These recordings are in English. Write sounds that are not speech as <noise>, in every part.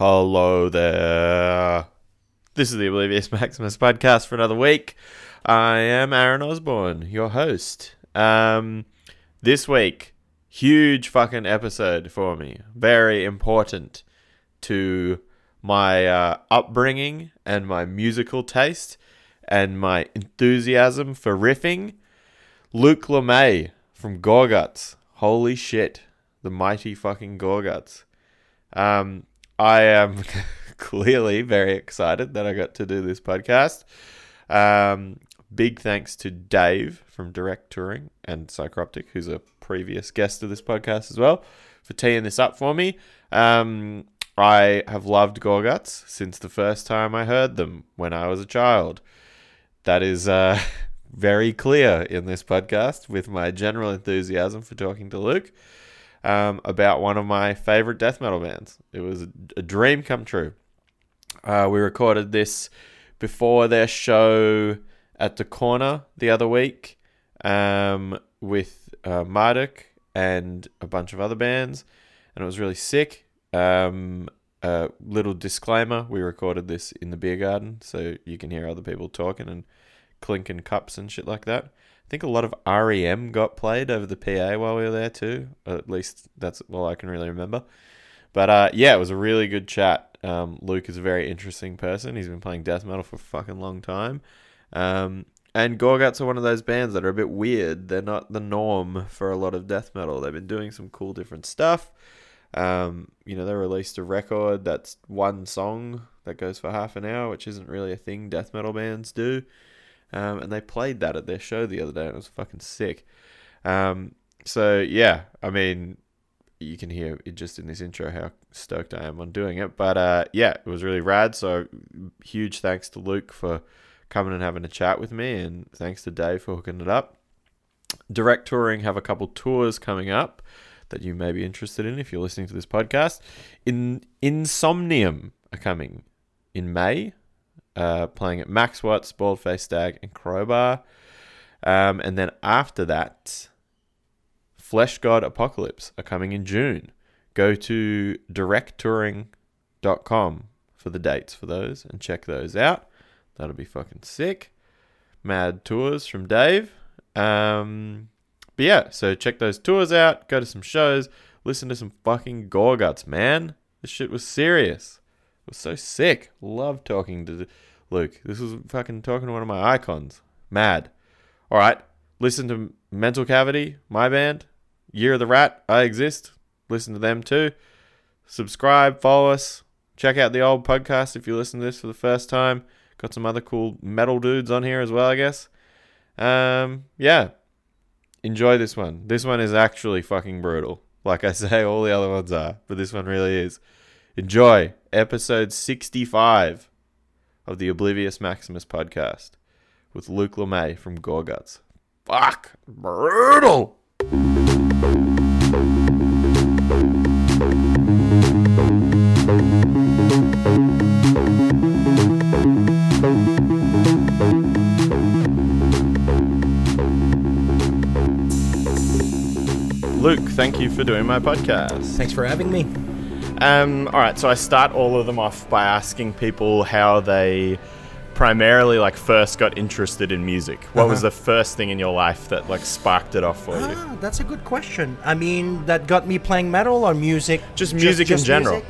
Hello there. This is the Oblivious Maximus podcast for another week. I am Aaron Osborne, your host. Um, this week, huge fucking episode for me. Very important to my uh, upbringing and my musical taste and my enthusiasm for riffing. Luke LeMay from Gorguts. Holy shit. The mighty fucking Gorguts. Um, I am <laughs> clearly very excited that I got to do this podcast. Um, big thanks to Dave from Direct Touring and Psychroptic, who's a previous guest of this podcast as well, for teeing this up for me. Um, I have loved Gorguts since the first time I heard them when I was a child. That is uh, <laughs> very clear in this podcast with my general enthusiasm for talking to Luke um, about one of my favorite death metal bands. It was a, a dream come true. Uh, we recorded this before their show at the corner the other week um, with uh, Marduk and a bunch of other bands, and it was really sick. Um, uh, little disclaimer: we recorded this in the beer garden, so you can hear other people talking and clinking cups and shit like that. I think a lot of REM got played over the PA while we were there too. At least that's all I can really remember. But uh, yeah, it was a really good chat. Um, Luke is a very interesting person. He's been playing death metal for a fucking long time. Um, and Gorguts are one of those bands that are a bit weird. They're not the norm for a lot of death metal. They've been doing some cool different stuff. Um, you know, they released a record that's one song that goes for half an hour, which isn't really a thing death metal bands do. Um, and they played that at their show the other day, and it was fucking sick. Um, so yeah, I mean, you can hear it just in this intro how stoked I am on doing it. But uh, yeah, it was really rad. So huge thanks to Luke for coming and having a chat with me, and thanks to Dave for hooking it up. Direct Touring have a couple tours coming up that you may be interested in if you're listening to this podcast. In Insomnium are coming in May uh, playing at Max Watts, Bald Face Stag, and Crowbar. Um, and then after that, Flesh God Apocalypse are coming in June. Go to directtouring.com for the dates for those and check those out. That'll be fucking sick. Mad tours from Dave. Um, but yeah, so check those tours out. Go to some shows. Listen to some fucking Gorguts, man. This shit was serious. It was so sick. Love talking to Luke. This was fucking talking to one of my icons. Mad. All right. Listen to Mental Cavity, my band. Year of the Rat, I Exist. Listen to them too. Subscribe, follow us. Check out the old podcast if you listen to this for the first time. Got some other cool metal dudes on here as well, I guess. Um, yeah. Enjoy this one. This one is actually fucking brutal. Like I say, all the other ones are, but this one really is. Enjoy episode 65 of the Oblivious Maximus podcast with Luke LeMay from Gorguts. Fuck! Brutal! Luke, thank you for doing my podcast. Thanks for having me. Um, all right, so I start all of them off by asking people how they primarily like first got interested in music. What was the Uh-huh. first thing in your life that like sparked it off for you? Ah, that's a good question. I mean, that got me playing metal or music? Just music in general.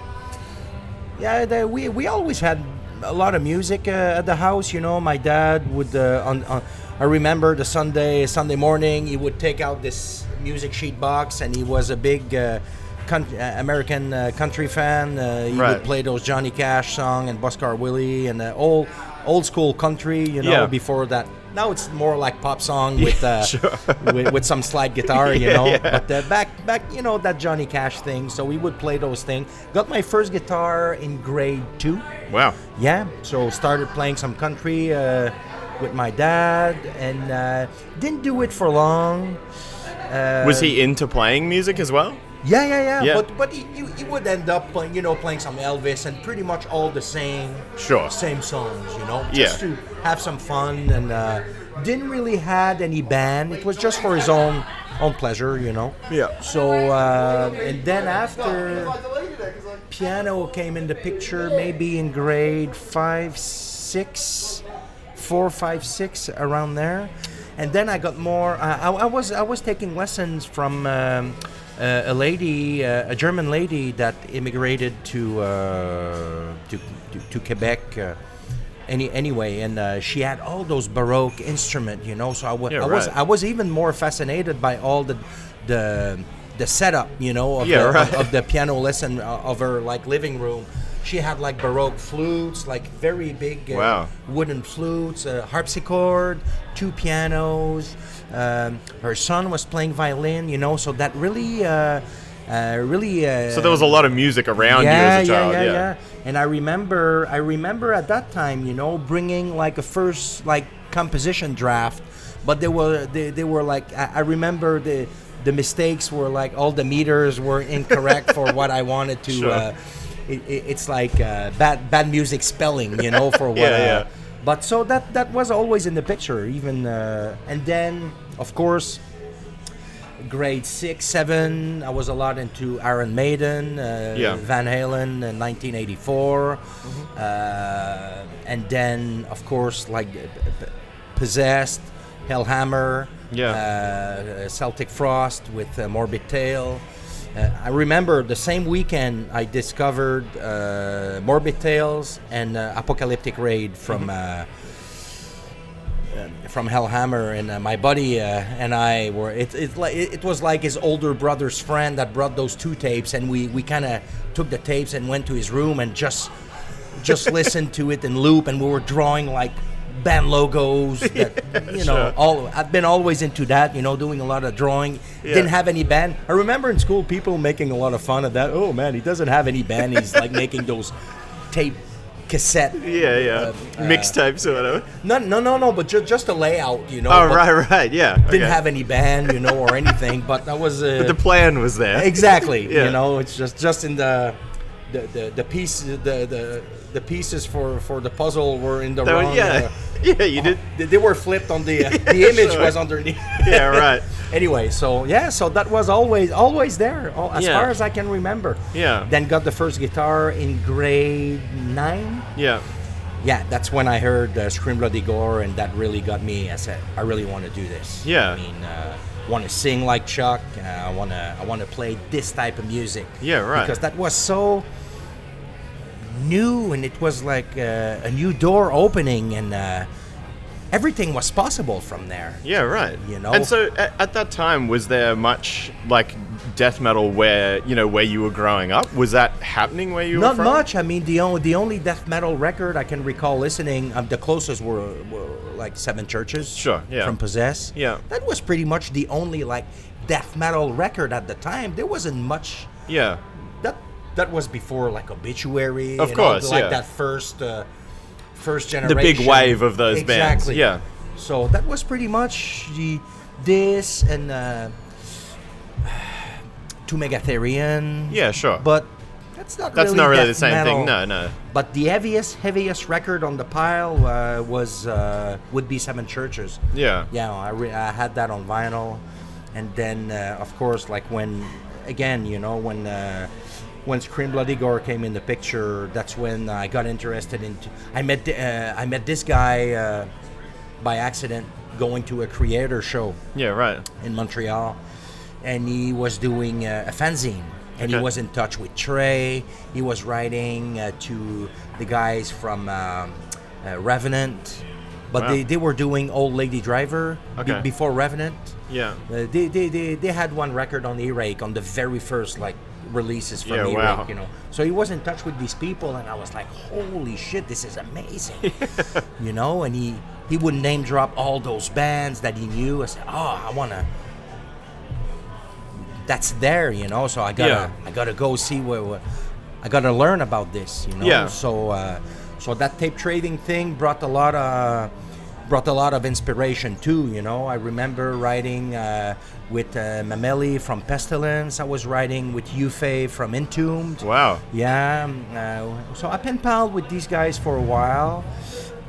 Yeah, the, we, we always had a lot of music uh, at the house. You know, my dad would. Uh, on, on, I remember the Sunday Sunday morning, he would take out this music sheet box, and he was a big. Uh, Con- uh, American uh, country fan, uh, he Right. would play those Johnny Cash song and Buskar Willie and uh, old old school country, you know. Yeah. Before that, now it's more like pop song with uh, with, with some slide guitar, you know. But uh, back back, you know, that Johnny Cash thing. So we would play those things. Got my first guitar in grade two. Wow. Yeah, so started playing some country uh, with my dad, and uh, didn't do it for long. Uh, Was he into playing music as well? yeah, yeah, yeah. Yeah. But but he, you, you would end up playing, you know, playing some Elvis and pretty much all the same, Sure. same songs, you know, Yeah. just to have some fun and uh, didn't really had any band. It was just for his own own pleasure, you know. Yeah. So uh, and then after piano came in the picture maybe in grade five, six, four, five, six, around there. And then I got more. I, I, I was I was taking lessons from um, uh, a lady, uh, a German lady that immigrated to uh, to, to, to Quebec. Uh, any, anyway, and uh, she had all those baroque instrument, you know. So I wa- Yeah, I was right. I was even more fascinated by all the the the setup, you know, of, Yeah, the, right. of the piano lesson uh, of her like living room. She had like baroque flutes, like very big uh, Wow. wooden flutes, a harpsichord, two pianos. Um, her son was playing violin, you know, so that really, uh, uh, really. Uh, So there was a lot of music around you as a child. Yeah, and I remember, I remember at that time, you know, bringing like a first like composition draft, but they were they, they were like I, I remember the the mistakes were like all the meters were incorrect for what I wanted to. Sure. Uh, it, it, it's like uh, bad bad music spelling, you know, <laughs> for what. Yeah, uh, yeah. But so that that was always in the picture, even uh, and then of course grade six, seven. I was a lot into Iron Maiden, uh, Yeah. Mm-hmm. Van Halen, in 1984, uh, and then of course like uh, p- p- Possessed, Hellhammer, Yeah. uh, Celtic Frost with uh, Morbid Tail. Uh, I remember the same weekend I discovered uh, Morbid Tales and uh, Apocalyptic Raid from. Mm-hmm. Uh, from Hellhammer, and uh, my buddy uh, and I were. It, it, li- it, it was like his older brother's friend that brought those two tapes, and we, we kind of took the tapes and went to his room and just <laughs> just listened to it in loop, and we were drawing like <laughs> band logos. That, you know, sure. all I've been always into that. You know, doing a lot of drawing. Didn't have any band. I remember in school people making a lot of fun of that. Oh man, he doesn't have any band. He's like making those tape cassette yeah, yeah. uh, Mixtapes or whatever. no, no, no, no. But ju- just the layout, you know. Oh, but right, right. Yeah. Didn't okay. have any band, you know, or anything. But <laughs> that was uh, But the plan was there. <laughs> exactly. Yeah. You know, it's just just in the the the, the piece the, the the pieces for for the puzzle were in the That was- wrong. yeah. uh, <laughs> yeah, you did. they, they were flipped <laughs> on the uh, the image sure. was underneath. <laughs> Yeah, right. anyway, so yeah, so that was always always there all, as Yeah. far as I can remember. Yeah. Then got the first guitar in grade nine. Yeah. yeah, that's when I heard uh, Scream Bloody Gore, and that really got me. I said, I really want to do this. Yeah. I mean, uh, want to sing like Chuck. Uh, I want to. I want to play this type of music. Yeah, right. Because that was so new, and it was like uh, a new door opening, and uh, everything was possible from there. Yeah, right. You know? And so at, at that time, was there much like death metal where you know where you were growing up? Was that happening where you were Not from? much. I mean, the only the only death metal record I can recall listening, um, the closest were, were like Seven Churches. Sure, yeah. From Possess. Yeah. That was pretty much the only like death metal record at the time. There wasn't much. Yeah. That that was before like Obituary. Of and all the- course, like yeah. that first uh, first The generation. big wave of those bands. Exactly. Yeah. So that was pretty much the this and uh, to Megatherian. Yeah, sure. But that's not That's really not really the death same metal. thing. No, no. But the heaviest, heaviest record on the pile uh, was uh, would be Seven Churches. Yeah. Yeah, I, re- I had that on vinyl, and then uh, of course, like when again, you know, when uh, when Scream Bloody Gore came in the picture, that's when I got interested in. I met th- uh, I met this guy uh, by accident going to a creator show Yeah, right. in Montreal, and he was doing uh, a fanzine. And he Okay. was in touch with Trey. He was writing uh, to the guys from um, uh, Revenant, but Wow. they, they were doing Old Lady Driver be- Okay. before Revenant. Yeah. Uh, they, they, they, they had one record on E-Rake on the very first like releases from Yeah, E-Rake, wow. you know. So he was in touch with these people, and I was like, "Holy shit, this <laughs> is amazing!" <laughs> you know. And he he would name drop all those bands that he knew. I said, "Oh, I wanna." That's there, you know. So I gotta Yeah. I gotta go see where, where- I gotta learn about this, you know. Yeah. So uh, so that tape trading thing brought a lot of brought a lot of inspiration too. You know, I remember writing uh, with uh, Mameli from Pestilence. I was writing with Yufei from Entombed. Wow. Yeah, um, uh, so I pen palled with these guys for a while,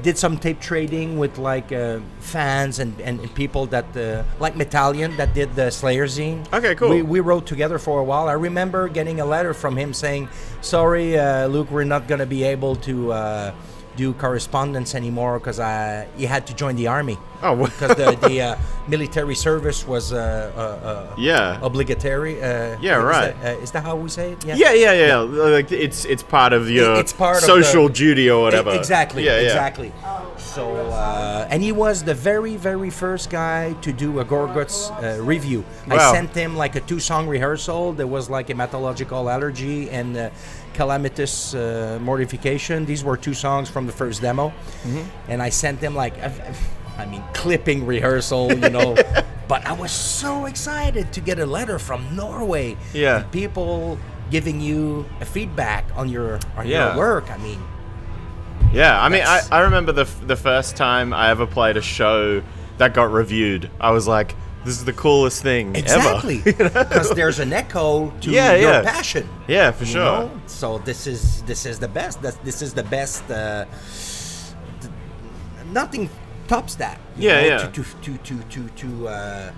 did some tape trading with like uh, fans and, and, and people that uh, like Metallion that did the Slayer zine. Okay, cool. We, we wrote together for a while. I remember getting a letter from him saying, "Sorry, uh, Luke, we're not gonna be able to uh, do correspondence anymore because I you had to join the army Oh, <laughs> wow. because the, the uh, military service was uh, uh, uh, Yeah. obligatory. Uh, Yeah, is right. That, uh, is that how we say it? yeah, yeah, yeah, yeah. Like it's it's part of your it's part of social the- duty or whatever. E- Exactly. Yeah, yeah. Exactly. So, uh, and he was the very, very first guy to do a Gorguts uh, review. Wow. I sent him like a two-song rehearsal. There was like a hematological allergy and uh, calamitous uh, mortification. These were two songs from the first demo, Mm-hmm. and I sent him like, a, I mean, clipping rehearsal, you <laughs> know. but I was so excited to get a letter from Norway. Yeah. and people giving you a feedback on your on Yeah. your work. I mean. Yeah, I mean, I, That's- I remember the, f- the first time I ever played a show that got reviewed. I was like, this is the coolest thing <laughs> Exactly, ever. because there's an echo to Yeah, your yeah. passion. yeah, for you sure. know? So this is this is the best. That's, this is the best. Uh, th- nothing tops that. you Yeah, know, yeah. To to to to to. to uh,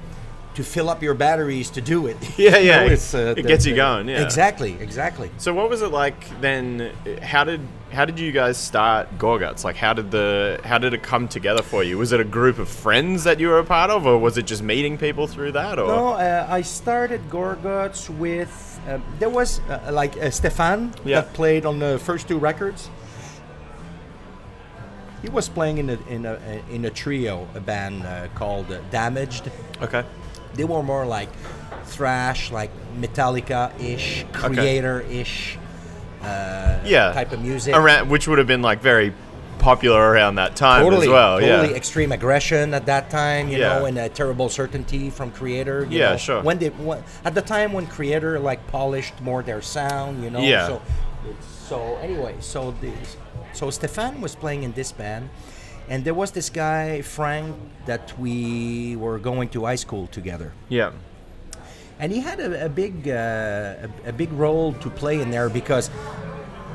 to fill up your batteries to do it. <laughs> Yeah, You yeah, know, it- it's, uh, it gets you going, yeah. exactly, exactly. So what was it like then? How did how did you guys start Gorguts? Like, how did the how did it come together for you? Was it a group of friends that you were a part of, or was it just meeting people through that? Or No, uh, I started Gorguts with um, there was uh, like uh, Stefan Yeah. that played on the first two records. He was playing in a in a in a trio, a band uh, called uh, Damaged. okay, They were more like thrash, like Metallica-ish, Okay. Creator-ish, uh, yeah, type of music. around which would have been like very popular around that time totally, as well. totally yeah, extreme aggression at that time, you Yeah. know, and a terrible certainty from Creator. you Yeah, know. sure. When they when, at the time when Creator like polished more their sound, you know. Yeah. So, so anyway, so this, so Stefan was playing in this band, and there was this guy Frank that we were going to high school together yeah, and he had a, a big uh, a, a big role to play in there because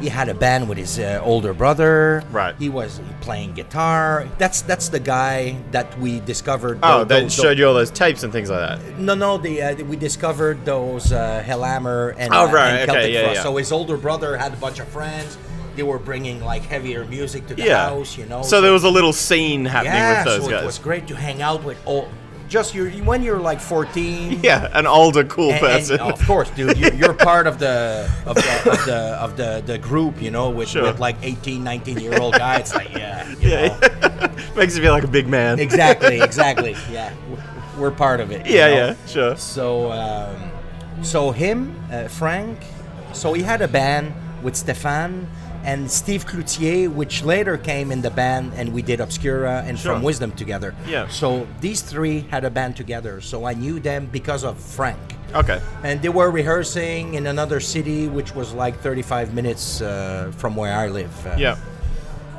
he had a band with his uh, older brother. Right. He was playing guitar. That's that's the guy that we discovered. Oh, tho- that those- showed you all those tapes and things like that. No, no. The, uh, we discovered those uh, Hellhammer and, Oh, uh, right, and okay, Celtic yeah, Frost. yeah. So his older brother had a bunch of friends. They were bringing like heavier music to the Yeah. house. You know. so there was a little scene happening with yeah. those so guys. it was great to hang out with all. Just your when you're like 14. <laughs> <laughs> yeah, an older <laughs> cool And- and, person. of course, dude, you're, you're part of the of the of the, of the, the group, you know, with, Sure. with like 18, 19 year old guy. It's like, yeah, you yeah, know. <laughs> makes you feel like a big man. exactly, exactly. Yeah, W- we're part of it. you Yeah, know? yeah, sure. So, um, so him, uh, Frank. So he had a band with Stefan and Steve Cloutier, which later came in the band, and we did Obscura and Sure. From Wisdom together. Yeah. So these three had a band together. So I knew them because of Frank Okay. and they were rehearsing in another city which was like 35 minutes uh, from where i live uh, Yeah.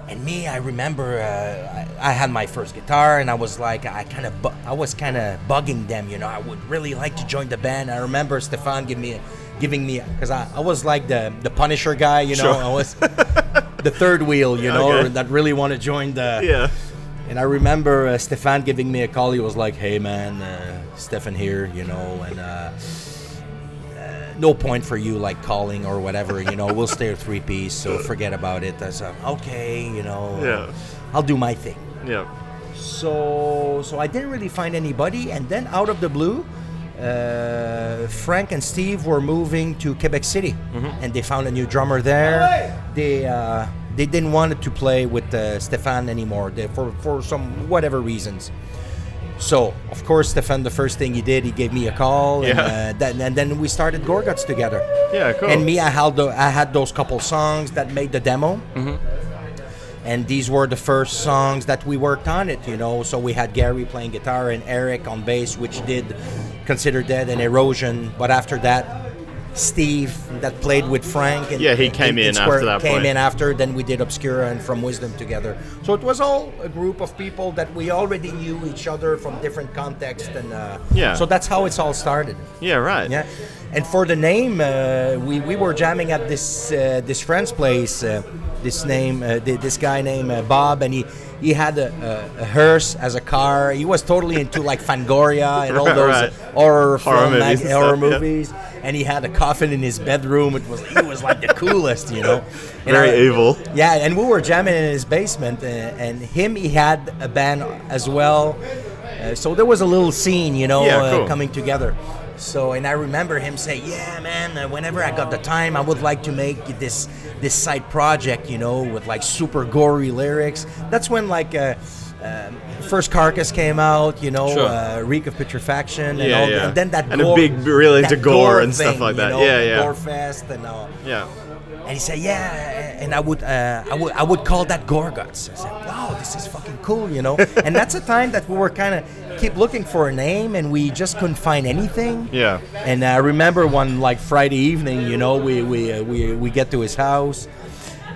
and me i remember uh, I, I had my first guitar and i was like i kind of bu- i was kind of bugging them you know i would really like to join the band i remember stefan giving me a, giving me because I, I was like the the punisher guy you know Sure. i was the third wheel <laughs> you know Okay. that really want to join the Yeah. and I remember uh, Stefan giving me a call. He was like, "Hey, man, uh, Stefan here, you know, and uh, uh, no point for you like calling or whatever. You know, we'll stay at three piece, so forget about it." I said, "Okay, you know, uh, Yeah. I'll do my thing." Yeah. So, so I didn't really find anybody, and then out of the blue, uh, Frank and Steve were moving to Quebec City, Mm-hmm. and they found a new drummer there. They uh, they didn't want to play with uh, Stefan anymore they, for for some whatever reasons. So, of course, Stefan, the first thing he did, he gave me a call, and, Yeah. uh, then, and then we started Gorguts together. Yeah. Cool. And me, I had, the, I had those couple songs that made the demo. And these were the first songs that we worked on it, you know. So we had Gary playing guitar and Eric on bass, which did Consider Dead and Erosion. But after that, Steve that played with Frank. And, Yeah, he came in Square after that Came point. in after. Then we did Obscura and From Wisdom together. So it was all a group of people that we already knew each other from different contexts, and uh, Yeah. So that's how it's all started. Yeah, right. Yeah, and for the name, uh, we, we were jamming at this uh, this friend's place. Uh, this name, uh, th- this guy named uh, Bob, and he he had a, a, a hearse as a car. He was totally into like Fangoria and all Right, <laughs> those right. horror Horror film movies mag- and horror stuff, yeah. movies. And he had a coffin in his bedroom. It was he was like the coolest, you know. And Very I- evil. yeah, and we were jamming in his basement, uh, and him, he had a band as well. Uh, so there was a little scene, you know, Yeah, uh, cool. coming together. So, and I remember him saying, "Yeah, man, uh, whenever I got the time, I would like to make this this side project, you know, with like super gory lyrics." That's when like. Uh, um, first carcass came out, you know, Sure. uh, reek of putrefaction, and, Yeah, all, yeah. and then that And a gore, big really that into gore and stuff thing, like you that. know, Yeah, the yeah. gore fest and all. Yeah. And he said, "Yeah," and I would, uh, I would, I would call that Gorguts. I said, "Wow, this is fucking cool," you <laughs> know. and that's a time that we were kind of keep looking for a name, and we just couldn't find anything. Yeah. And I remember one like Friday evening, you know, we we uh, we, we get to his house,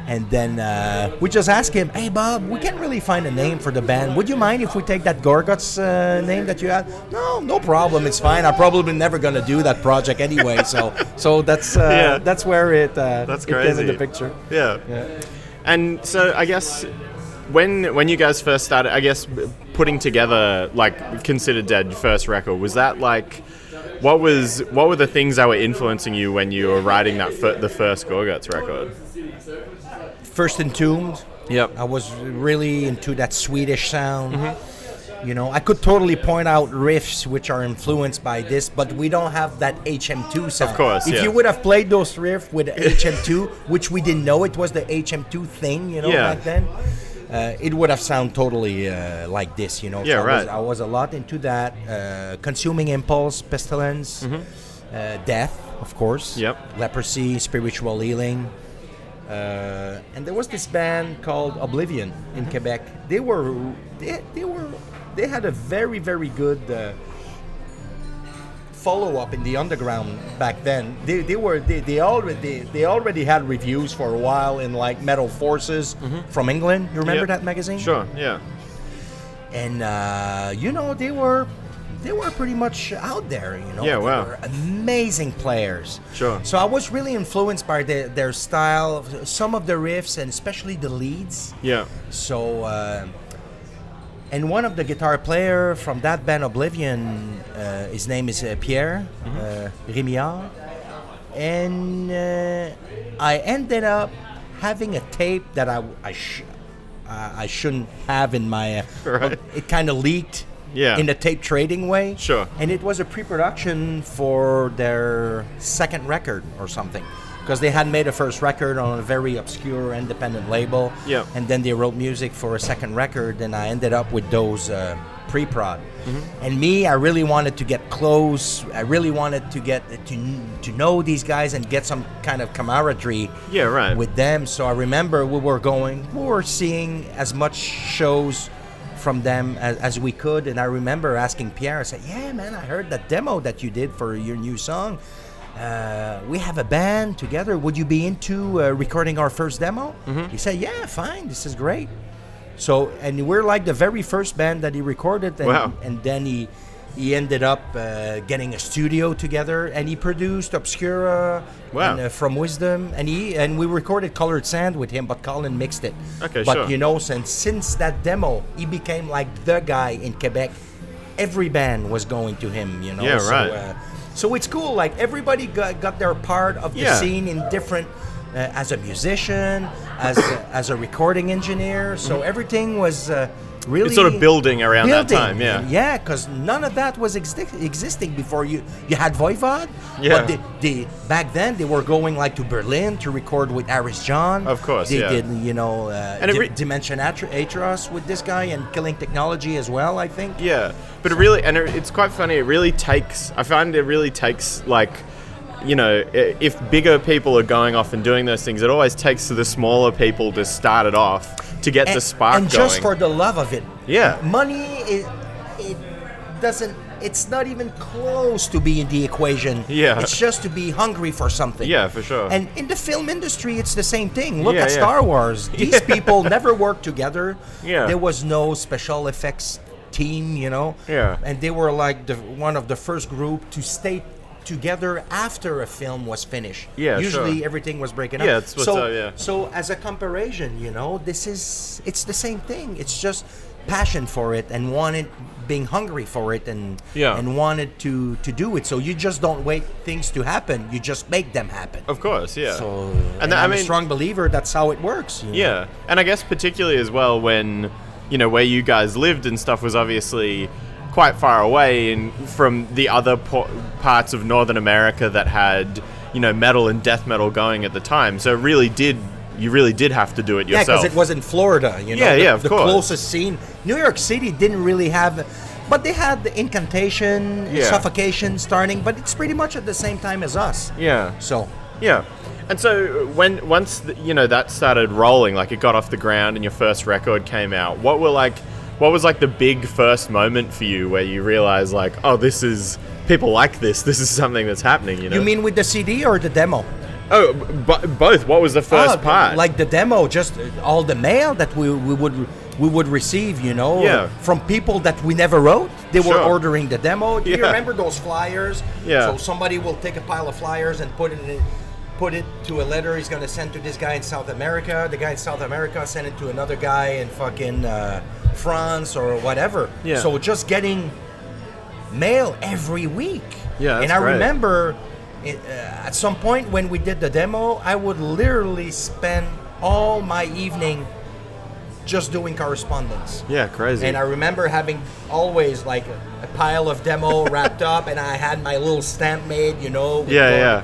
and then uh, we just ask him, "Hey, Bob, we can't really find a name for the band. Would you mind if we take that Gorguts uh, name that you had?" No, no problem. It's fine. I'm probably never gonna do that project anyway. <laughs> So so that's uh, Yeah. that's where it uh, That's it came in crazy. the picture. Yeah. Yeah. And so I guess when when you guys first started, I guess b- putting together like Consider Dead your first record was that like what was what were the things that were influencing you when you were writing that fir- the first Gorguts record? First entombed. Yep. I was really into that Swedish sound. Mm-hmm. You know, I could totally point out riffs which are influenced by this, but we don't have that HM2 sound. Of course, If yeah. you would have played those riffs with HM2, which we didn't know it was the HM2 thing, you know, Yeah. back then, uh, it would have sound totally uh, like this, you know. Yeah, I Was, right. I was a lot into that. Uh, consuming impulse, pestilence, Mm-hmm. uh, death, of course. Yep. Leprosy, spiritual healing. Uh, and there was this band called Oblivion in Mm-hmm. Quebec. They were they, they were they had a very very good uh, follow up in the underground back then. They, they were they, they already they, already had reviews for a while in like Metal Forces from England. You remember Mm-hmm. Yep. that magazine? Sure. Yeah. and uh, you know they were they were pretty much out there you know Yeah, They wow. were amazing players Sure. so i was really influenced by their, their style some of the riffs and especially the leads Yeah. so uh, and one of the guitar player from that band oblivion uh, his name is uh, pierre uh, Rémillard. and uh, i ended up having a tape that i, I, sh- uh, I shouldn't have in my uh, <laughs> Right. it kind of leaked Yeah. in a tape trading way Sure. and it was a pre-production for their second record or something because they had made a first record on a very obscure independent label Yeah. and then they wrote music for a second record and i ended up with those uh, pre-prod and me i really wanted to get close i really wanted to get to, to know these guys and get some kind of camaraderie Yeah, right. with them. So I remember we were going, we were seeing as much shows from them as, as we could. And I remember asking Pierre, I said, Yeah, man, I heard that demo that you did for your new song. Uh, we have a band together. Would you be into uh, recording our first demo? Mm-hmm. He said, Yeah, fine. This is great. So, and we're like the very first band that he recorded. And, Wow. and then he he ended up uh, getting a studio together and he produced Obscura Wow. and, uh, from Wisdom and he and we recorded Colored Sand with him but Colin mixed it. Okay, but sure. you know since since that demo he became like the guy in Quebec. Every band was going to him, you know. Yeah, so, right. Uh, so it's cool like everybody got, got their part of the Yeah. scene in different uh, as a musician, as a, <coughs> as a recording engineer. So everything was uh, really It's sort of building around that building. time. Yeah. And yeah, because none of that was exi- existing before you. You had Voivod, Yeah. but they, they back then they were going like to Berlin to record with Aris John. Of course, they yeah. did you know uh, And it Di- re- Dimension Atro- Atros with this guy and Killing Technology as well. I think. Yeah, but it really, and it, it's quite funny. It really takes. I find it really takes like, you know, i- if bigger people are going off and doing those things, it always takes the smaller people to start it off to get the and, spark and going. just for the love of it Yeah. money it, it doesn't it's not even close to be in the equation. Yeah. It's just to be hungry for something. Yeah, for sure. And in the film industry, it's the same thing. Look Yeah, at yeah. Star <laughs> Wars. These people never worked together. Yeah. There was no special effects team, you know. Yeah. And they were like the one of the first group to stay together after a film was finished. Yeah, Usually sure. everything was breaking Yeah, up. it's what's so, up, yeah. so as a comparison, you know, this is it's the same thing. It's just passion for it and wanted being hungry for it and Yeah. and wanted to to do it. So you just don't wait things to happen. You just make them happen. Of course, yeah. So, and, and, that- I I'm mean, a strong believer that's how it works. you know? Yeah, and I guess particularly as well when you know where you guys lived and stuff was obviously quite far away and from the other po- parts of Northern America that had you know metal and death metal going at the time. So it really did you really did have to do it Yeah, yourself? because it was in Florida, you know. Yeah, the, yeah, of the course. closest scene. New York City didn't really have, but they had the incantation, Yeah. suffocation starting, but it's pretty much at the same time as us. yeah. So, Yeah. And so when once th you know that started rolling, like it got off the ground and your first record came out, what were like what was like the big first moment for you where you realized like, oh, this is people like this. This is something that's happening, you know. you mean with the CD or the demo? Oh, b- b- both. What was the first Ah, part? Like the demo, just uh, all the mail that we, we would we would receive, you know, Yeah. from people that we never wrote. They were Sure. ordering the demo. Do you Yeah. remember those flyers? Yeah. So somebody will take a pile of flyers and put it in put it to a letter he's going to send to this guy in South America. The guy in South America send it to another guy in fucking uh, France or whatever. Yeah. So just getting mail every week. Yeah, that's and I great. remember it, uh, at some point when we did the demo, I would literally spend all my evening just doing correspondence. yeah, crazy. And I remember having always like a, a pile of <laughs> demo wrapped up, and I had my little stamp made, you know. with Yeah, the- yeah.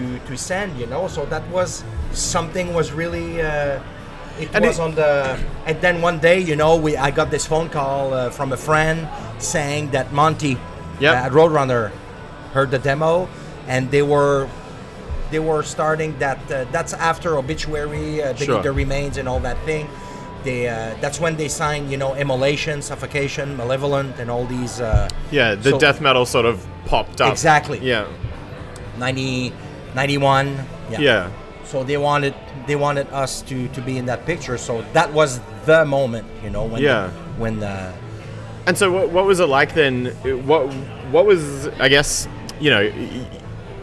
To to send, you know. So that was something was really. Uh, it And was it- on the. And then one day, you know, we I got this phone call uh, from a friend saying that Monty Yep. at Roadrunner heard the demo, and they were. They were starting that. Uh, that's after obituary, uh, beneath Sure. the remains, and all that thing. They uh, that's when they signed, you know, immolation, suffocation, malevolent, and all these. Uh, yeah, the so- death metal sort of popped up. Exactly. Yeah. 90, 91. Yeah. Yeah. So they wanted they wanted us to to be in that picture. So that was the moment, you know, when Yeah. when uh, And so, what, what was it like then? What what was I guess you know,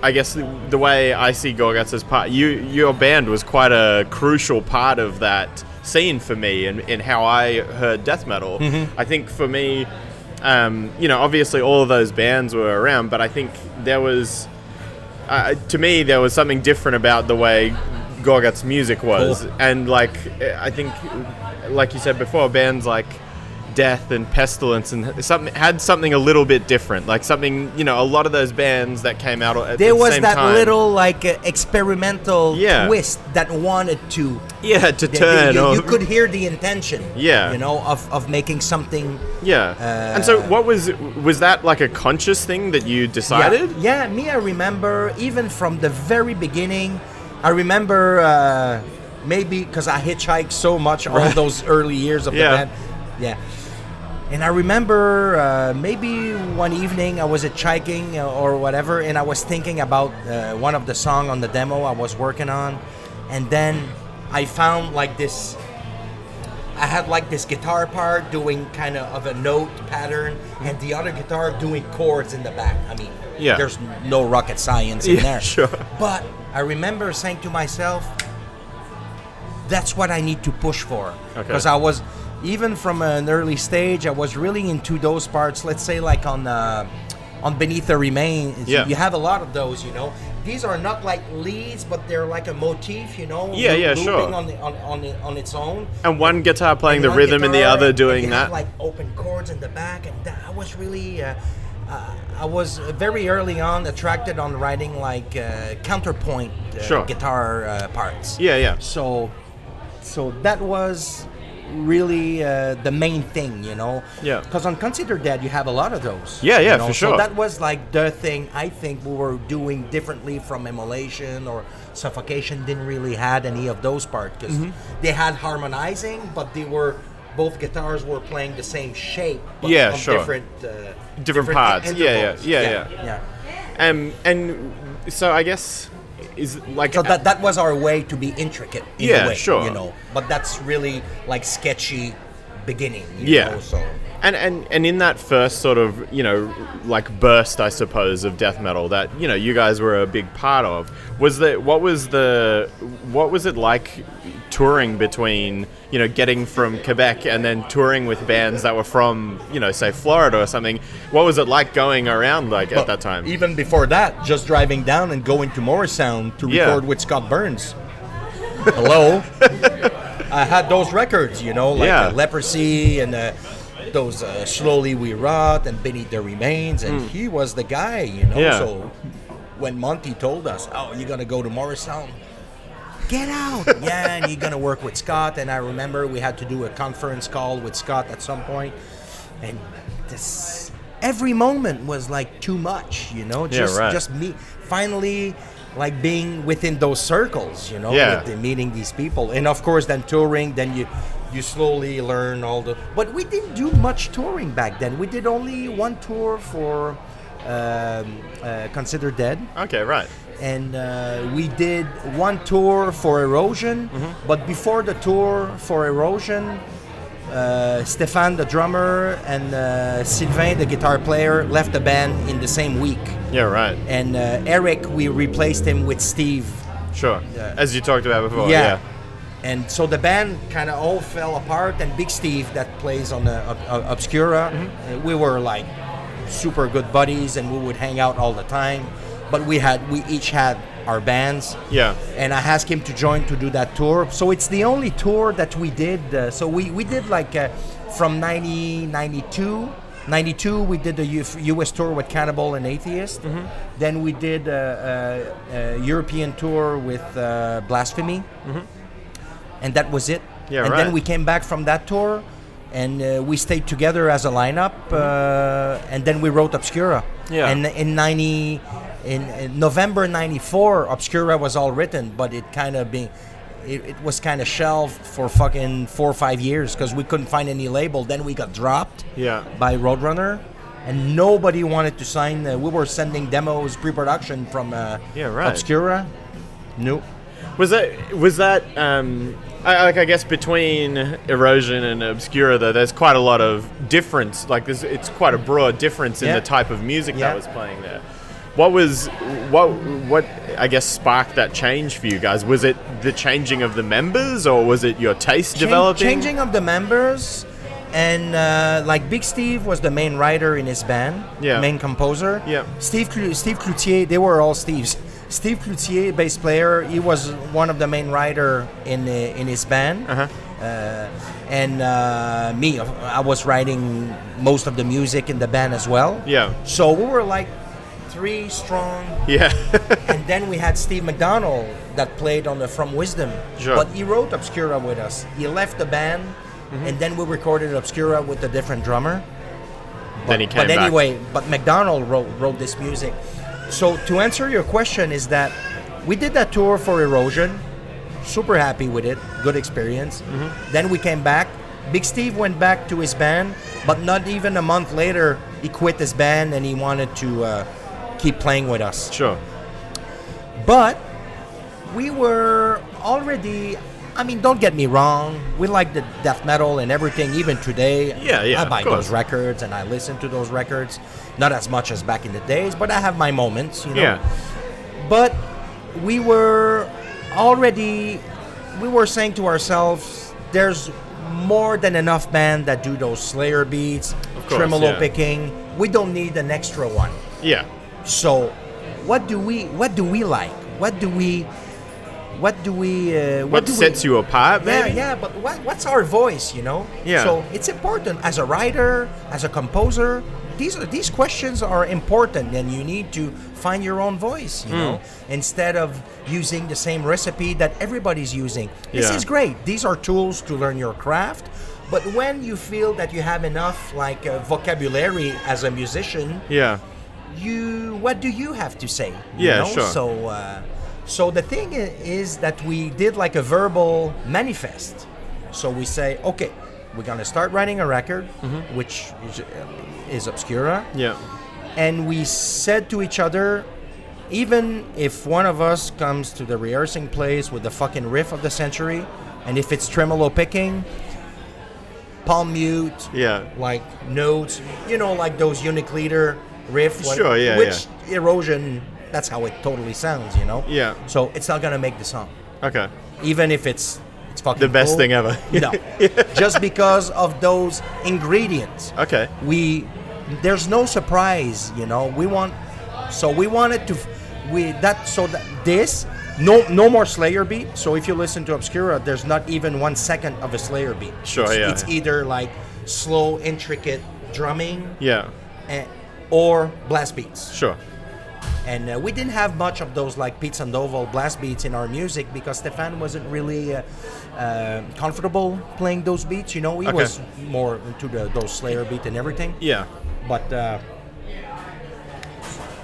I guess the, the way I see Gorguts as part you your band was quite a crucial part of that scene for me and in how I heard death metal. I think for me, um, you know, obviously all of those bands were around, but I think there was uh, to me there was something different about the way Gorguts music was, Cool. and like I think, like you said before, bands like Death and Pestilence and something had something a little bit different, like something you know a lot of those bands that came out at there the was same that time- little like uh, experimental Yeah. twist that wanted to yeah to that- turn you, or, you could hear the intention. Yeah. You know, of of making something. yeah. Uh, and so what was was that like a conscious thing that you decided? Yeah, yeah, me, I remember even from the very beginning. I remember uh, maybe because I hitchhiked so much all those early years of Yeah. the band. Yeah. And I remember uh, maybe one evening I was hitchhiking uh, or whatever, and I was thinking about uh, one of the song on the demo I was working on, and then I found like this I had like this guitar part doing kind of of a note pattern, and the other guitar doing chords in the back. I mean, Mm-hmm. Yeah. there's no rocket science in Yeah, there. sure. But I remember saying to myself, "That's what I need to push for," Okay. because I was even from an early stage, I was really into those parts. Let's say like on uh, on Beneath the Remains, Yeah. you have a lot of those. You know, these are not like leads, but they're like a motif. You know, Yeah, loo- yeah, looping sure. On, the, on on the- on its own And one guitar playing the one rhythm and the guitar, other and doing you that. have, like open chords in the back, and that, I was really, uh, uh, I was very early on attracted on writing like uh, counterpoint uh, Sure. guitar uh, parts. yeah, yeah. So, so that was really uh, the main thing, you know. Yeah. Because on Consider Dead, you have a lot of those. Yeah, yeah, you know? for So sure. that was like the thing I think we were doing differently from Immolation or Mm-hmm. Suffocation. Didn't really had any of those parts because they had harmonizing, but they were both guitars were playing the same shape, but Yeah, on sure. different, uh, different parts. in- Yeah, yeah, intervals. yeah, yeah. yeah. Um, and so I guess is like So that that was our way to be intricate. In Yeah, a way, sure. You know, but that's really like sketchy beginning. you Yeah. know, so And, and and in that first sort of you know like burst I suppose of death metal that you know you guys were a big part of was that what was the what was it like touring between you know getting from Quebec and then touring with bands that were from you know say Florida or something what was it like going around like at that time even before that, just driving down and going to Morrisound to Yeah. record with Scott Burns. <laughs> Hello, I had those records, you know, like Yeah. uh, Leprosy and uh, those uh, Slowly We Rot and Beneath the Remains, and he was the guy, you know. Mm. Yeah. So when Monty told us, "Oh, you're gonna go to Morrisound." Get out! <laughs> yeah, and you're gonna work with Scott. And I remember we had to do a conference call with Scott at some point, and this every moment was like too much, you know. Yeah, Just right. just me finally like being within those circles, you know, Yeah. with the- meeting these people, and of course then touring. Then you you slowly learn all the. But we didn't do much touring back then. We did only one tour for. Um, uh, Consider Dead, okay right and uh, we did one tour for Erosion. But before the tour for Erosion, uh, Stefan, the drummer, and uh, Sylvain, the guitar player, left the band in the same week. yeah right And uh, Eric, we replaced him with Steve. sure Yeah. as you talked about before yeah. And so the band kind of all fell apart, and Big Steve, that plays on the Ob- Ob- Obscura, Mm-hmm. uh, we were like super good buddies, and we would hang out all the time. But we had we each had our bands, Yeah. and I asked him to join to do that tour. So it's the only tour that we did. Uh, so we, we did like uh, from 90, 92, 92, we did the U- US tour with Cannibal and Atheist. Mm-hmm. Then we did a, a, a European tour with uh, Blasphemy. And that was it. Yeah, and right. then we came back from that tour and uh, we stayed together as a lineup. Uh, and then we wrote Obscura. Yeah. And in 90 in, in november 94 obscura was all written but it kind of being it, it was kind of shelved for fucking four or five years because we couldn't find any label then we got dropped Yeah. by roadrunner and nobody wanted to sign uh, we were sending demos pre-production from uh, Yeah, right. obscura nope Was that was that um, I, like I guess between erosion and obscura though? There's quite a lot of difference. Like there's, it's quite a broad difference in Yeah. the type of music Yeah. that was playing there. What was what what I guess sparked that change for you guys? Was it the changing of the members, or was it your taste Chan- developing? changing of the members and uh, like big steve was the main writer in his band Yeah. main composer Yeah. steve Clu- steve cloutier they were all steves steve cloutier bass player he was one of the main writer in the, in his band uh-huh. and uh, me i was writing most of the music in the band as well Yeah. <laughs> so we were like three strong Yeah, and then we had Steve McDonald that played on the From Wisdom. Sure. But he wrote Obscura with us. He left the band, Mm-hmm. and then we recorded Obscura with a different drummer. then he came but back. anyway, but McDonald wrote wrote this music. So to answer your question is that we did that tour for Erosion. Super happy with it. Good experience. Mm-hmm. Then we came back. Big Steve went back to his band, but not even a month later, he quit his band and he wanted to uh, keep playing with us sure. but we were already i mean don't get me wrong we like the death metal and everything even today Yeah, yeah, i of buy course. those records and i listen to those records not as much as back in the days but i have my moments you know Yeah, but we were already we were saying to ourselves there's more than enough band that do those slayer beats course, tremolo yeah. picking we don't need an extra one yeah, so, what do we what do we like? What do we what do we uh, What do sets we, you apart, Yeah, maybe? yeah. But what, what's our voice? You know. Yeah. So it's important as a writer, as a composer. These are, these questions are important, and you need to find your own voice. You know, Hmm. instead of using the same recipe that everybody's using. This Yeah. is great. These are tools to learn your craft. But when you feel that you have enough like uh, vocabulary as a musician, yeah, you what do you have to say you Yeah, know? sure. so uh, so the thing i- is that we did like a verbal manifest so we say okay we're gonna start writing a record, which is, uh, is Obscura, Mm-hmm. Yeah. and we said to each other, even if one of us comes to the rehearsing place with the fucking riff of the century, and if it's tremolo picking, palm mute, Yeah. like notes, you know, like those unique leader riff. what- Sure, yeah, Which erosion, that's how it totally sounds, you know. Yeah. So it's not gonna make the song, Okay. even if it's it's fucking The best cool. thing ever. <laughs> no, just because of those ingredients. Okay. We there's no surprise, you know. We want so we wanted to f- we that so that this no no more Slayer beat. So if you listen to Obscura, there's not even one second of a Slayer beat. Sure, it's, yeah. It's either like slow, intricate drumming, Yeah. eh, or blast beats. Sure. And uh, we didn't have much of those like Pete Sandoval blast beats in our music because Stefan wasn't really uh, uh, comfortable playing those beats. You know, he Okay. was more into the, those Slayer beat and everything. Yeah. But uh,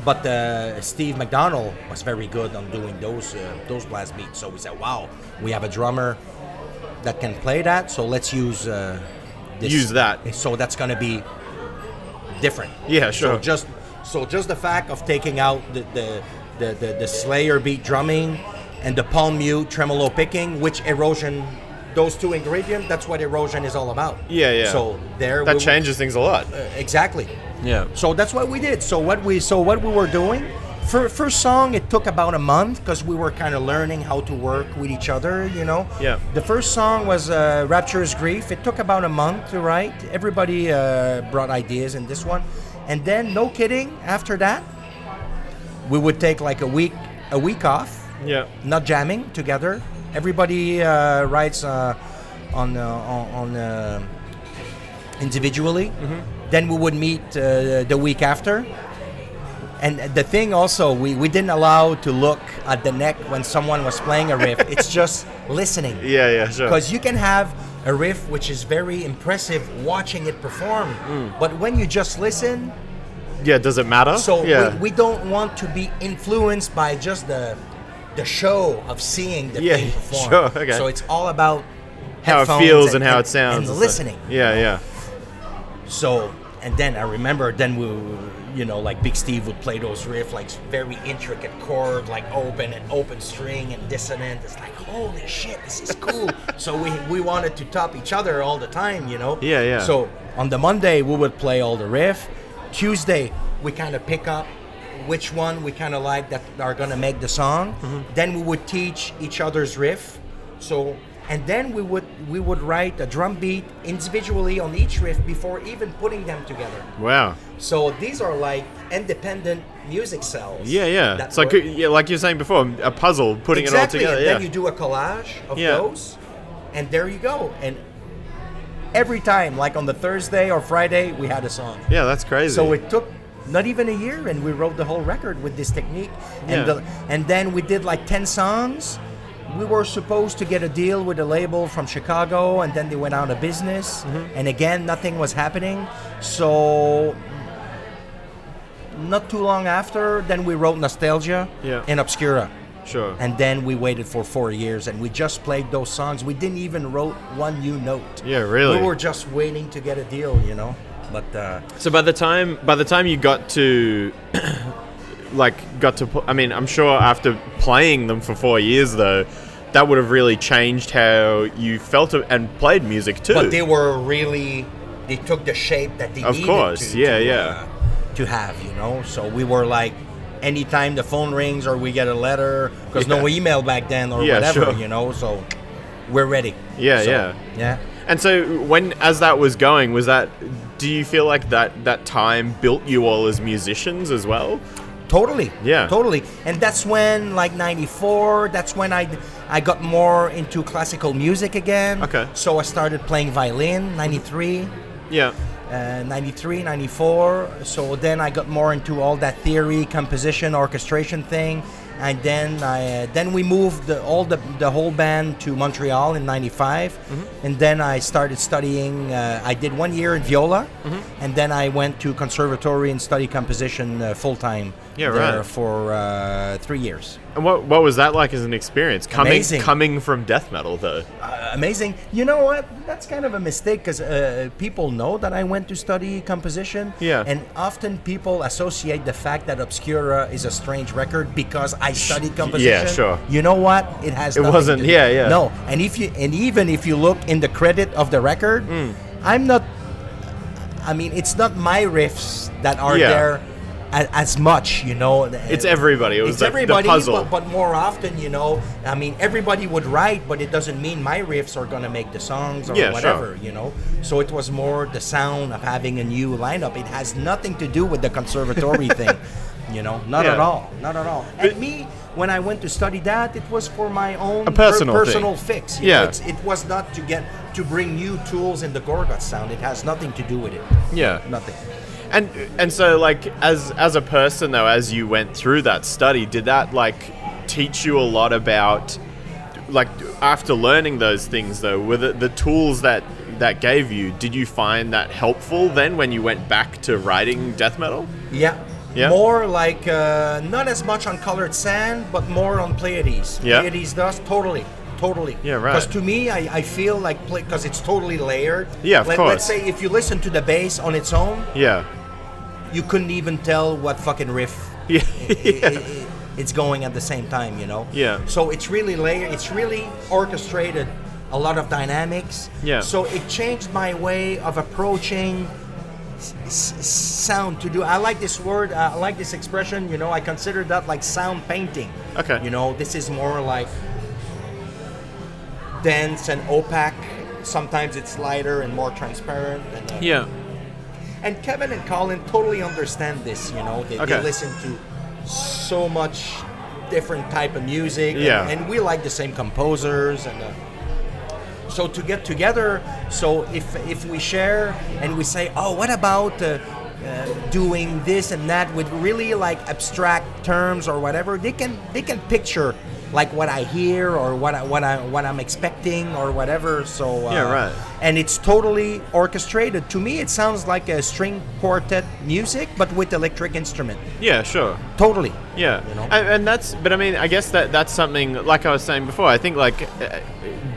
but uh, Steve McDonald was very good on doing those uh, those blast beats. So we said, wow, we have a drummer that can play that. So let's use uh, this. Use that. So that's gonna be different. Yeah, sure. So just so just the fact of taking out the the, the, the, the Slayer beat drumming and the palm mute tremolo picking, which erosion those two ingredients, that's what erosion is all about. Yeah, yeah. So there That we- changes things a lot. uh, exactly. Yeah. So that's what we did. So what we so what we were doing for first song it took about a month because we were kind of learning how to work with each other. You know. Yeah. The first song was uh, "Rapturous Grief." It took about a month to write. Everybody uh, brought ideas in this one, and then no kidding. After that, we would take like a week a week off Yeah. not jamming together. Everybody uh, writes uh, on uh, on, on uh, individually. Then we would meet uh, the week after. And the thing also, we, we didn't allow to look at the neck when someone was playing a riff. it's just listening. Yeah, yeah, sure. Because you can have a riff which is very impressive watching it perform, but when you just listen, Yeah, does it matter? so yeah. we, we don't want to be influenced by just the the show of seeing the Yeah, <laughs> thing perform. sure, okay. So it's all about how it headphones feels and how it sounds. and stuff. listening. Yeah, yeah. So and then I remember then we you know like Big Steve would play those riff like very intricate chord like open and open string and dissonant. It's like holy shit, this <laughs> is cool. so we we wanted to top each other all the time, you know. Yeah, yeah. So on the Monday we would play all the riff. Tuesday we kind of pick up which one we kind of like that are gonna make the song. Mm-hmm. Then we would teach each other's riff. So and then we would we would write a drum beat individually on each riff before even putting them together. Wow. So these are like independent music cells. Yeah, yeah. that It's like work- yeah, like you were saying before, a puzzle, putting exactly. it all and together. then Yeah. you do a collage of Yeah. those, and there you go. And every time, like on the Thursday or Friday, we had a song. yeah, that's crazy. So it took not even a year, and we wrote the whole record with this technique. And, Yeah. the, and then we did like 10 songs. We were supposed to get a deal with a label from Chicago, and then they went out of business. Mm-hmm. And again, nothing was happening. So, not too long after, then we wrote Nostalgia Yeah. and Obscura. sure. And then we waited for four years, and we just played those songs. We didn't even wrote one new note. Yeah, really. We were just waiting to get a deal, you know. But uh, So by the time by the time you got to <coughs> like got to pl- I mean I'm sure after playing them for 4 years though that would have really changed how you felt a- and played music too. <clears throat> but they were really they took the shape that they Of needed course, to, yeah, to, yeah. uh, to have you know so we were like anytime the phone rings or we get a letter because no Yeah. email back then or Yeah, whatever sure. you know so we're ready Yeah, So, yeah. yeah and so when as that was going was that do you feel like that that time built you all as musicians as well? totally Yeah. totally and that's when like 94 that's when i i got more into classical music again Okay. so i started playing violin 93 Yeah. uh, 93, 94. So then I got more into all that theory, composition, orchestration thing. and then I uh, then we moved the, all the the whole band to Montreal in '95, Mm-hmm. and then I started studying. Uh, I did one year in viola, Mm-hmm. and then I went to conservatory and studied composition uh, full time. Yeah, there right. For uh, three years. And what what was that like as an experience? Coming Amazing. coming from death metal though. Uh, amazing. You know what? That's kind of a mistake because uh, people know that I went to study composition. Yeah. And often people associate the fact that Obscura is a strange record because I studied composition. sure. You know what? It has. It nothing wasn't- to do- yeah, yeah. No. And if you and even if you look in the credit of the record, Hmm. I'm not. I mean, it's not my riffs that are Yeah. there. a- As much, you know. It's everybody. It was it's the, the everybody, puzzle. But, but more often, you know, I mean, everybody would write, but it doesn't mean my riffs are gonna make the songs or Yeah, sure. whatever, you know. So it was more the sound of having a new lineup. It has nothing to do with <laughs> the conservatory thing, you know, not at Yeah. all, not at all. And me, when I went to study that, it was for my own A personal thing. personal fix. you know. Yeah. It's- it was not to get to bring new tools in the Gorgot sound. It has nothing to do with it. yeah. Nothing. And and so like as as a person though, as you went through that study, did that like teach you a lot about like after learning those things though, were the, the tools that that gave you, did you find that helpful then when you went back to writing death metal? Yeah. Yeah. More like uh, not as much on colored sand, but more on Pleiades. Yeah. Pleiades dust, totally, totally. Yeah, right. Because to me, I, I feel like because it's totally layered. Yeah, of Let, course. Let's say if you listen to the bass on its own, Yeah. you couldn't even tell what fucking riff <laughs> Yeah. i- i- i- it's going at the same time, you know. Yeah. So it's really layer. It's really orchestrated. A lot of dynamics. Yeah. So it changed my way of approaching s- s- sound to do. I like this word. Uh, I like this expression. You know, I consider that like sound painting. Okay. You know, this is more like dense and opaque. Sometimes it's lighter and more transparent. And, uh, Yeah. and Kevin and Colin totally understand this, you know. They, Okay. they listen to so much different type of music. and- Yeah. And, we like the same composers and uh, so to get together, so if if we share and we say, "Oh, what about uh, uh, doing this and that with really like abstract terms or whatever?" They can they can picture like what I hear or what I, what I what I'm expecting or whatever. So uh, Yeah, right. and it's totally orchestrated. To me, it sounds like a string quartet music, but with electric instrument. Yeah, sure. Totally. Yeah, You know? and, and that's. But I mean, I guess that that's something. Like I was saying before, I think like, uh,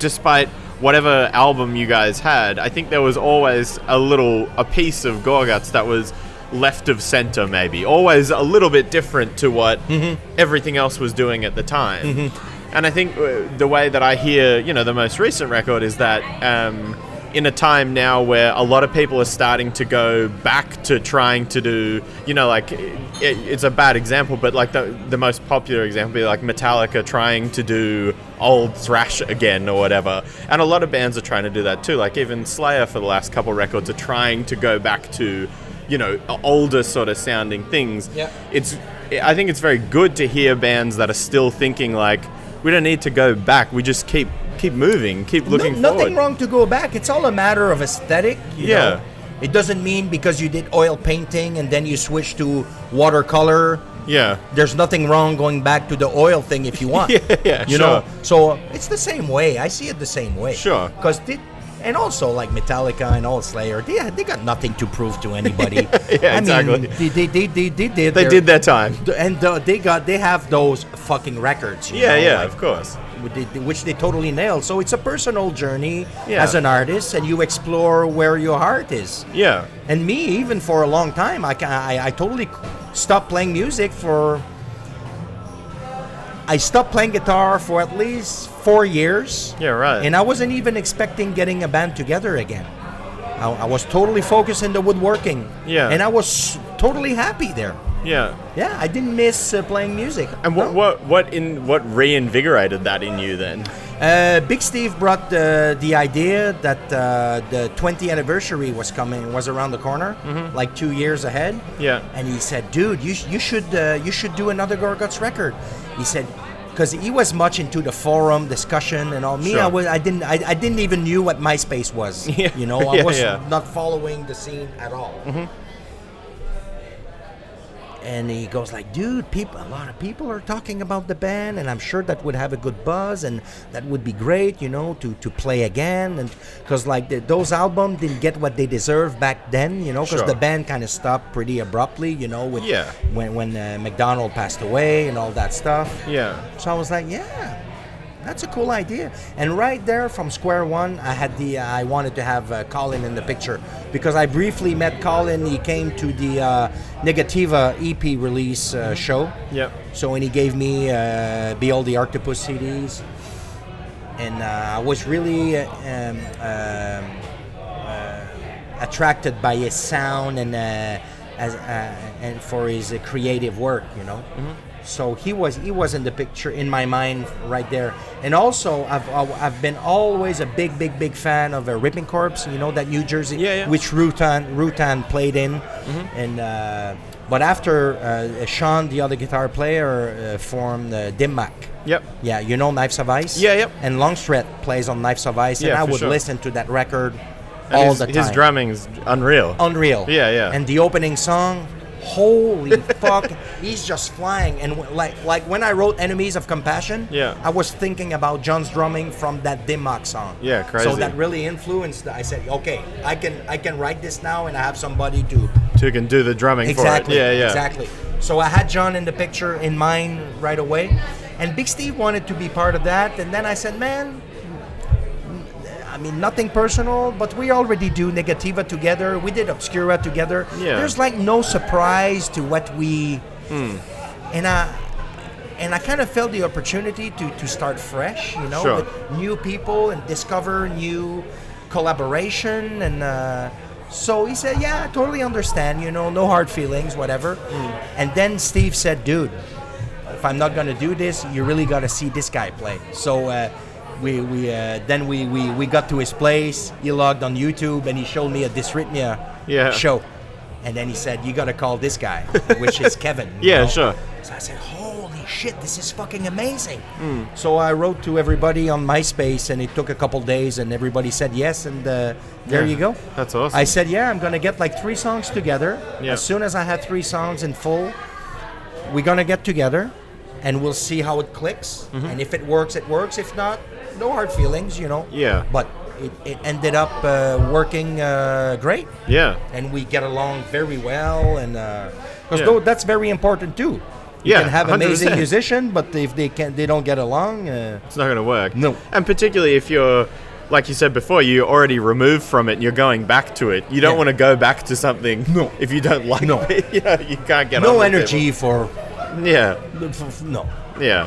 despite whatever album you guys had, I think there was always a little a piece of Gorguts that was left of center, maybe always a little bit different to what Mm-hmm. everything else was doing at the time. And I think uh, the way that I hear, you know, the most recent record is that. Um, in a time now where a lot of people are starting to go back to trying to do, you know, like it, it's a bad example, but like the, the most popular example would be like Metallica trying to do old thrash again or whatever. And a lot of bands are trying to do that too. Like even Slayer for the last couple records are trying to go back to, you know, older sort of sounding things. Yeah. It's I think it's very good to hear bands that are still thinking like we don't need to go back. We just keep keep moving, keep looking No- forward. nothing wrong to go back. It's all a matter of aesthetic. You Yeah. Know? It doesn't mean because you did oil painting and then you switch to watercolor. Yeah. There's nothing wrong going back to the oil thing <laughs> if you want. Yeah, yeah, you sure. know. So uh, it's the same way. I see it the same way. Sure. Because did. And also, like Metallica and all Slayer, they, they got nothing to prove to anybody. <laughs> yeah, I exactly. mean, they, they, they, they, they did. They their- did their time. Th- and uh, they got they have those fucking records. you Yeah, know, yeah, like, of course. with the- which they totally nailed. So it's a personal journey Yeah. as an artist, and you explore where your heart is. Yeah. And me, even for a long time, I ca- I, I totally stopped playing music for. I stopped playing guitar for at least four years. Yeah, right. And I wasn't even expecting getting a band together again. I, I was totally focused in the woodworking. Yeah. And I was totally happy there. Yeah. Yeah, I didn't miss uh, playing music. And what, what what in what reinvigorated that in you then? Uh, Big Steve brought the, the idea that uh, the 20th anniversary was coming, was around the corner, like two years ahead. Mm-hmm. Yeah. And he said, "Dude, you, sh- you should uh, you should do another Gorguts record." He said, because he was much into the forum discussion and all. Me, Sure. I was I didn't I, I didn't even knew what MySpace was. <laughs> Yeah. You know, I Yeah, was yeah. not following the scene at all. and he goes like, "Dude, people, a lot of people are talking about the band, and I'm sure that would have a good buzz, and that would be great, you know, to to play again, and because like the, those albums didn't get what they deserved back then, you know, because Sure. the band kind of stopped pretty abruptly, you know, with Yeah. when when uh, McDonald passed away and all that stuff. Yeah. So I was like, yeah, that's a cool idea. And right there from square one, I had the I wanted to have uh, Colin in the picture because I briefly met Colin. He came to the uh, Negativa EP release uh, show. Yep. So and he gave me uh, Beyond the Octopus CDs, and uh, I was really uh, um, um, uh, attracted by his sound and uh, as uh, and for his uh, creative work, you know. Mm-hmm. So he was he was in the picture in my mind right there, and also I've I've I've been always a big big big fan of uh, Ripping Corpse, you know that New Jersey Yeah, Mm-hmm. yeah. which Rutan Rutan played in, and uh, but after uh, Sean, the other guitar player, uh, formed uh, Dimmak. Yep. Yeah, you know Knives of Ice. Yeah, yep. And Longstreth plays on Knives of Ice, and Yeah, I for would sure. listen to that record And all his, the time. Oh. His drumming's unreal. unreal. Yeah, yeah. And the opening song, <laughs> holy fuck, he's just flying. And w- like like when I wrote Enemies of Compassion, Yeah. I was thinking about John's drumming from that Dimmock song. Yeah, So crazy. that really influenced. I said, okay, I can I can write this now, and I have somebody to Who can do the drumming exactly for it? Yeah, yeah. exactly. So I had John in the picture in mind right away, and Big Steve wanted to be part of that, and then I said, man. I mean, nothing personal, but we already do Negativa together. We did Obscura together. Yeah. Hmm. There's like no surprise to what we. And I, and I kind of felt the opportunity to, to start fresh, you know, Sure. with new people and discover new collaboration. And uh, so he said, "Yeah, I totally understand, you know, no hard feelings, whatever." Hmm. And then Steve said, "Dude, if I'm not gonna do this, you really gotta see this guy play." So. Uh, we, we uh, then we, we, we got to his place. He logged on YouTube and he showed me a dysrhythmia Yeah. show, and then he said, "You gotta call this <laughs> guy, which is Kevin." you Yeah, know? sure. So I said, "Holy shit, this is fucking amazing!" Hmm. So I wrote to everybody on MySpace, and it took a couple days, and everybody said yes, and uh, there Yeah, you go. that's awesome. I said, "Yeah, I'm gonna get like three songs together. Yeah. As soon as I have three songs in full, we're gonna get together, and we'll see how it clicks. Mm-hmm. And if it works, it works. If not, no hard feelings, you know." Yeah. But it, it ended up uh, working uh, great Yeah. and we get along very well and because Yeah. though that's very important too you Yeah, can have amazing 100%. musician but if they can they don't get along uh, It's not going to work. No. And particularly if you're, like you said before, you're already removed from it and you're going back to it. You don't Yeah. want to go back to something No. if you don't like No. it. <laughs> you, know, you can't get on no with it. energy for, Yeah. for- for- no Yeah.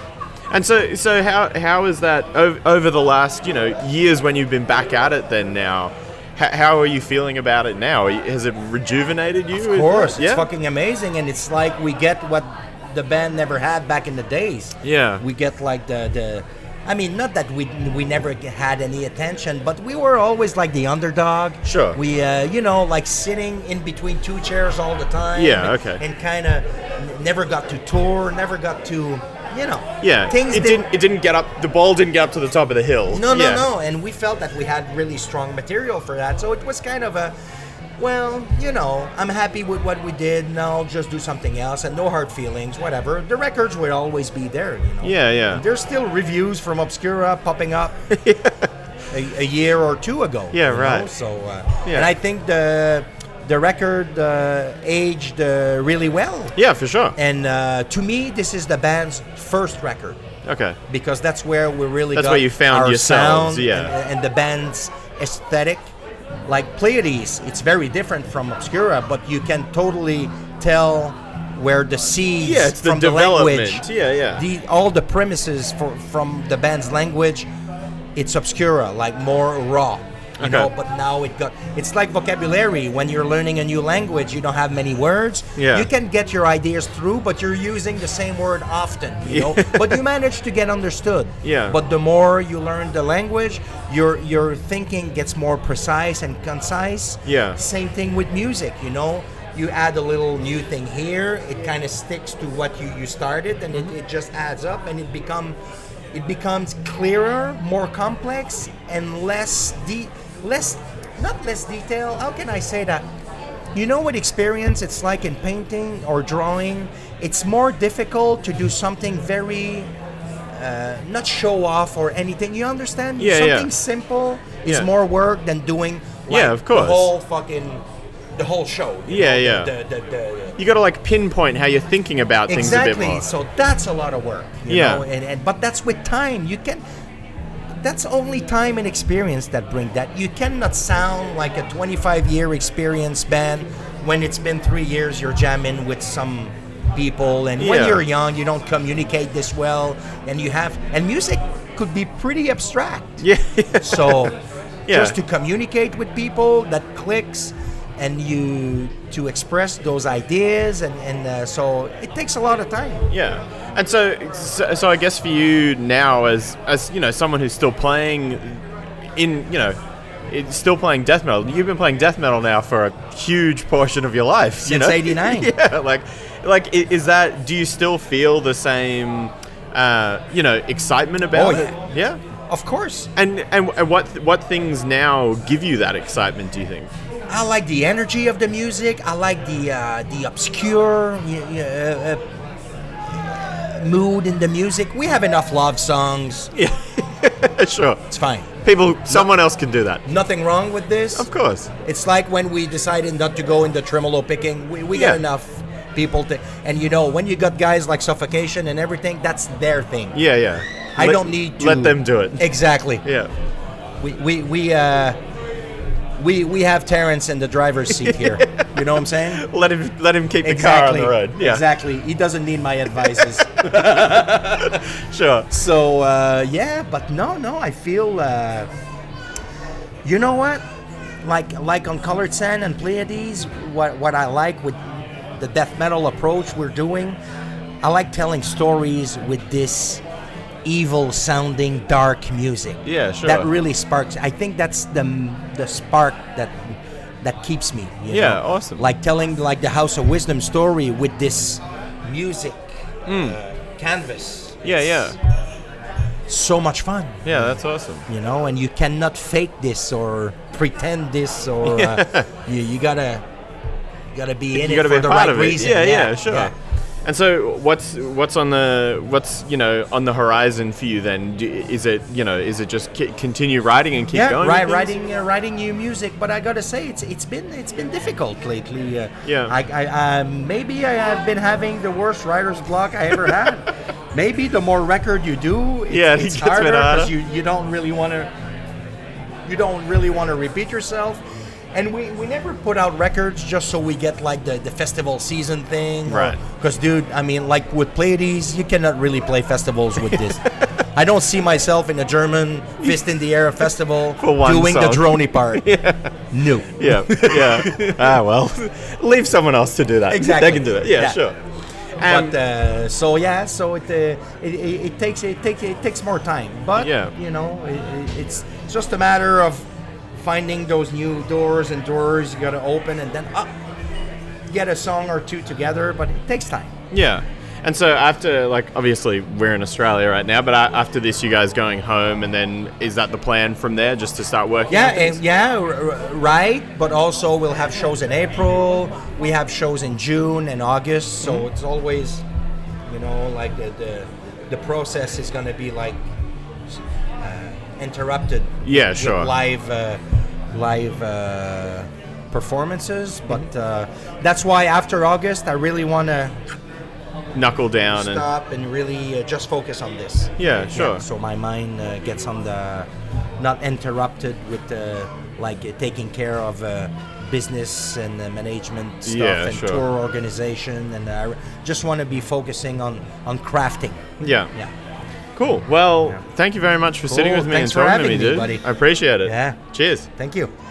And so, so how how is that over, over the last you know years when you've been back at it? Then now, how, how are you feeling about it now? Are you- Has it rejuvenated you? of course it's fucking amazing and it's like we get what the band never had back in the days Yeah. we get like the the I mean, not that we we never g- had any attention, but we were always like the underdog. Sure. We, uh, you know, like sitting in between two chairs all the time. Yeah, and- okay. And kind of never got to tour, never got to, you know. yeah. Things it didn't. didn't. It didn't get up. The ball didn't get up to the top of the hill. No, no, Yeah. no. And we felt that we had really strong material for that. So it was kind of a, well, you know, I'm happy with what we did. Now just do something else and no hard feelings, whatever. The records will always be there, you know. Yeah, yeah. And there's still reviews from Obscura popping <laughs> up. A, a year or two ago. Yeah, you know? right. So, uh, Yeah. and I think the the record uh, aged uh, really well. Yeah, for sure. And uh, to me, this is the band's first record Okay. because that's where we really That's got where you found our yourselves, sound yeah. and, and the band's aesthetic. Like Pleiades, it's very different from Obscura, but you can totally tell where the seeds Yeah, it's the from development. language. Yeah, yeah. The, all the premises for, from the band's language, it's Obscura, like more raw. You Okay. know, but now it got it's like vocabulary. When you're learning a new language, you don't have many words. Yeah. You can get your ideas through, but you're using the same word often, you know. but you manage to get understood. Yeah. But the more you learn the language, your your thinking gets more precise and concise. Yeah. Same thing with music, you know. You add a little new thing here, it kind of sticks to what you, you started and Mm-hmm. it, it just adds up and it become it becomes clearer, more complex and less de- less not less detail. How can I say that? you know what experience it's like in painting or drawing? It's more difficult to do something very uh, not show off or anything. You understand? Yeah, yeah. something simple is Yeah. more work than doing like, Yeah, of course. the whole fucking the whole show. you Yeah, know, yeah. the- the- the- You got to like pinpoint how you're thinking about things a bit exactly. more. So that's a lot of work. You Yeah. Know? And, and but that's with time. You can. That's only time and experience that bring that. You cannot sound like a 25 year experience band when it's been three years you're jamming with some people, and when Yeah. you're young you don't communicate this well, and you have and music could be pretty abstract. yeah, So Yeah. just to communicate with people that clicks and you to express those ideas and, and uh, so it takes a lot of time. yeah. And so, so, so I guess for you now, as as you know, someone who's still playing, in you know, it's still playing death metal. You've been playing death metal now for a huge portion of your life. you Since know? <laughs> 89. yeah, like, like i- is that? Do you still feel the same? Uh, you know, excitement about Oh, it. Yeah. Of course. And, and and what what things now give you that excitement? Do you think? I like the energy of the music. I like the uh, the obscure y- y- uh, uh, mood in the music. We have enough love songs. Yeah. <laughs> sure. It's fine. People, someone else can do that. Nothing wrong with this. Of course. It's like when we decided not to go into tremolo picking. We, we Yeah. got enough people to, and you know, when you got guys like suffocation and everything, that's their thing. Yeah, yeah. I Let- don't need to Let them do it. Exactly. Yeah. We we we uh, we we have Terrence in the driver's seat <laughs> here. You know what I'm saying? Let him let him keep the Exactly. car on the road. Yeah. Exactly. He doesn't need my advices. Sure. So uh, yeah, but no, no, I feel. Uh, you know what? Like like on Colored Sand and Pleiades, what what I like with the death metal approach we're doing, I like telling stories with this evil sounding dark music. Yeah, sure. That really sparks. I think that's the the spark that that keeps me. you Yeah, know? awesome. Like telling like the House of Wisdom story with this music uh, canvas. Hmm. Yeah, yeah. So much fun Yeah, that's awesome. you know and you cannot fake this or pretend this or uh, you, you gotta you gotta be in you it got to for be a the part right of it. reason Yeah, yeah, sure. yeah. And so, what's what's on the what's you know on the horizon for you then? Do, is it you know is it just c- continue writing and keep Yeah, going? right, with things? writing uh, writing new music, but I gotta say it's it's been it's been difficult lately. Uh, Yeah. I, I uh, maybe I have been having the worst writer's block I ever had. <laughs> maybe the more record you do, it's, Yeah, it it's gets a bit harder because harder. you you don't really want to you don't really want to repeat yourself. And we, we never put out records just so we get like the, the festival season thing. Right. Because, dude, I mean, like with Pleiades, you cannot really play festivals <laughs> with this. I don't see myself in a German fist in the air festival For one doing the song. drony part. <laughs> No. Yeah, <laughs> yeah. ah, well, leave someone else to do that. Exactly. They can do it. Yeah, Yeah. sure. Um, But uh, so yeah, so it, uh, it, it it takes it takes it takes more time. But Yeah. you know, it, it, it's just a matter of finding those new doors and doors you got to open, and then up get a song or two together. But it takes time. Yeah. And so after, like, obviously we're in Australia right now, but a- after this, you guys going home, and then is that the plan from there, just to start working? Yeah, on things? and yeah, r- r- right. But also, we'll have shows in April. We have shows in June and August. So Mm-hmm. it's always, you know, like the the, the process is gonna be like uh, interrupted. Yeah, with sure. Live, uh, live. Uh, performances but uh, that's why after august i really want to knuckle down stop and really uh, just focus on this and yeah, sure. yeah, so my mind uh, gets on the not interrupted with uh, like uh, taking care of uh, business and uh, management stuff Yeah, and sure. tour organization, and uh, I just want to be focusing on on crafting. yeah. Yeah. cool. Well, Yeah. thank you very much for sitting Cool, with me thanks and for talking having to me, me, dude. buddy. I appreciate it. Yeah. Cheers. Thank you.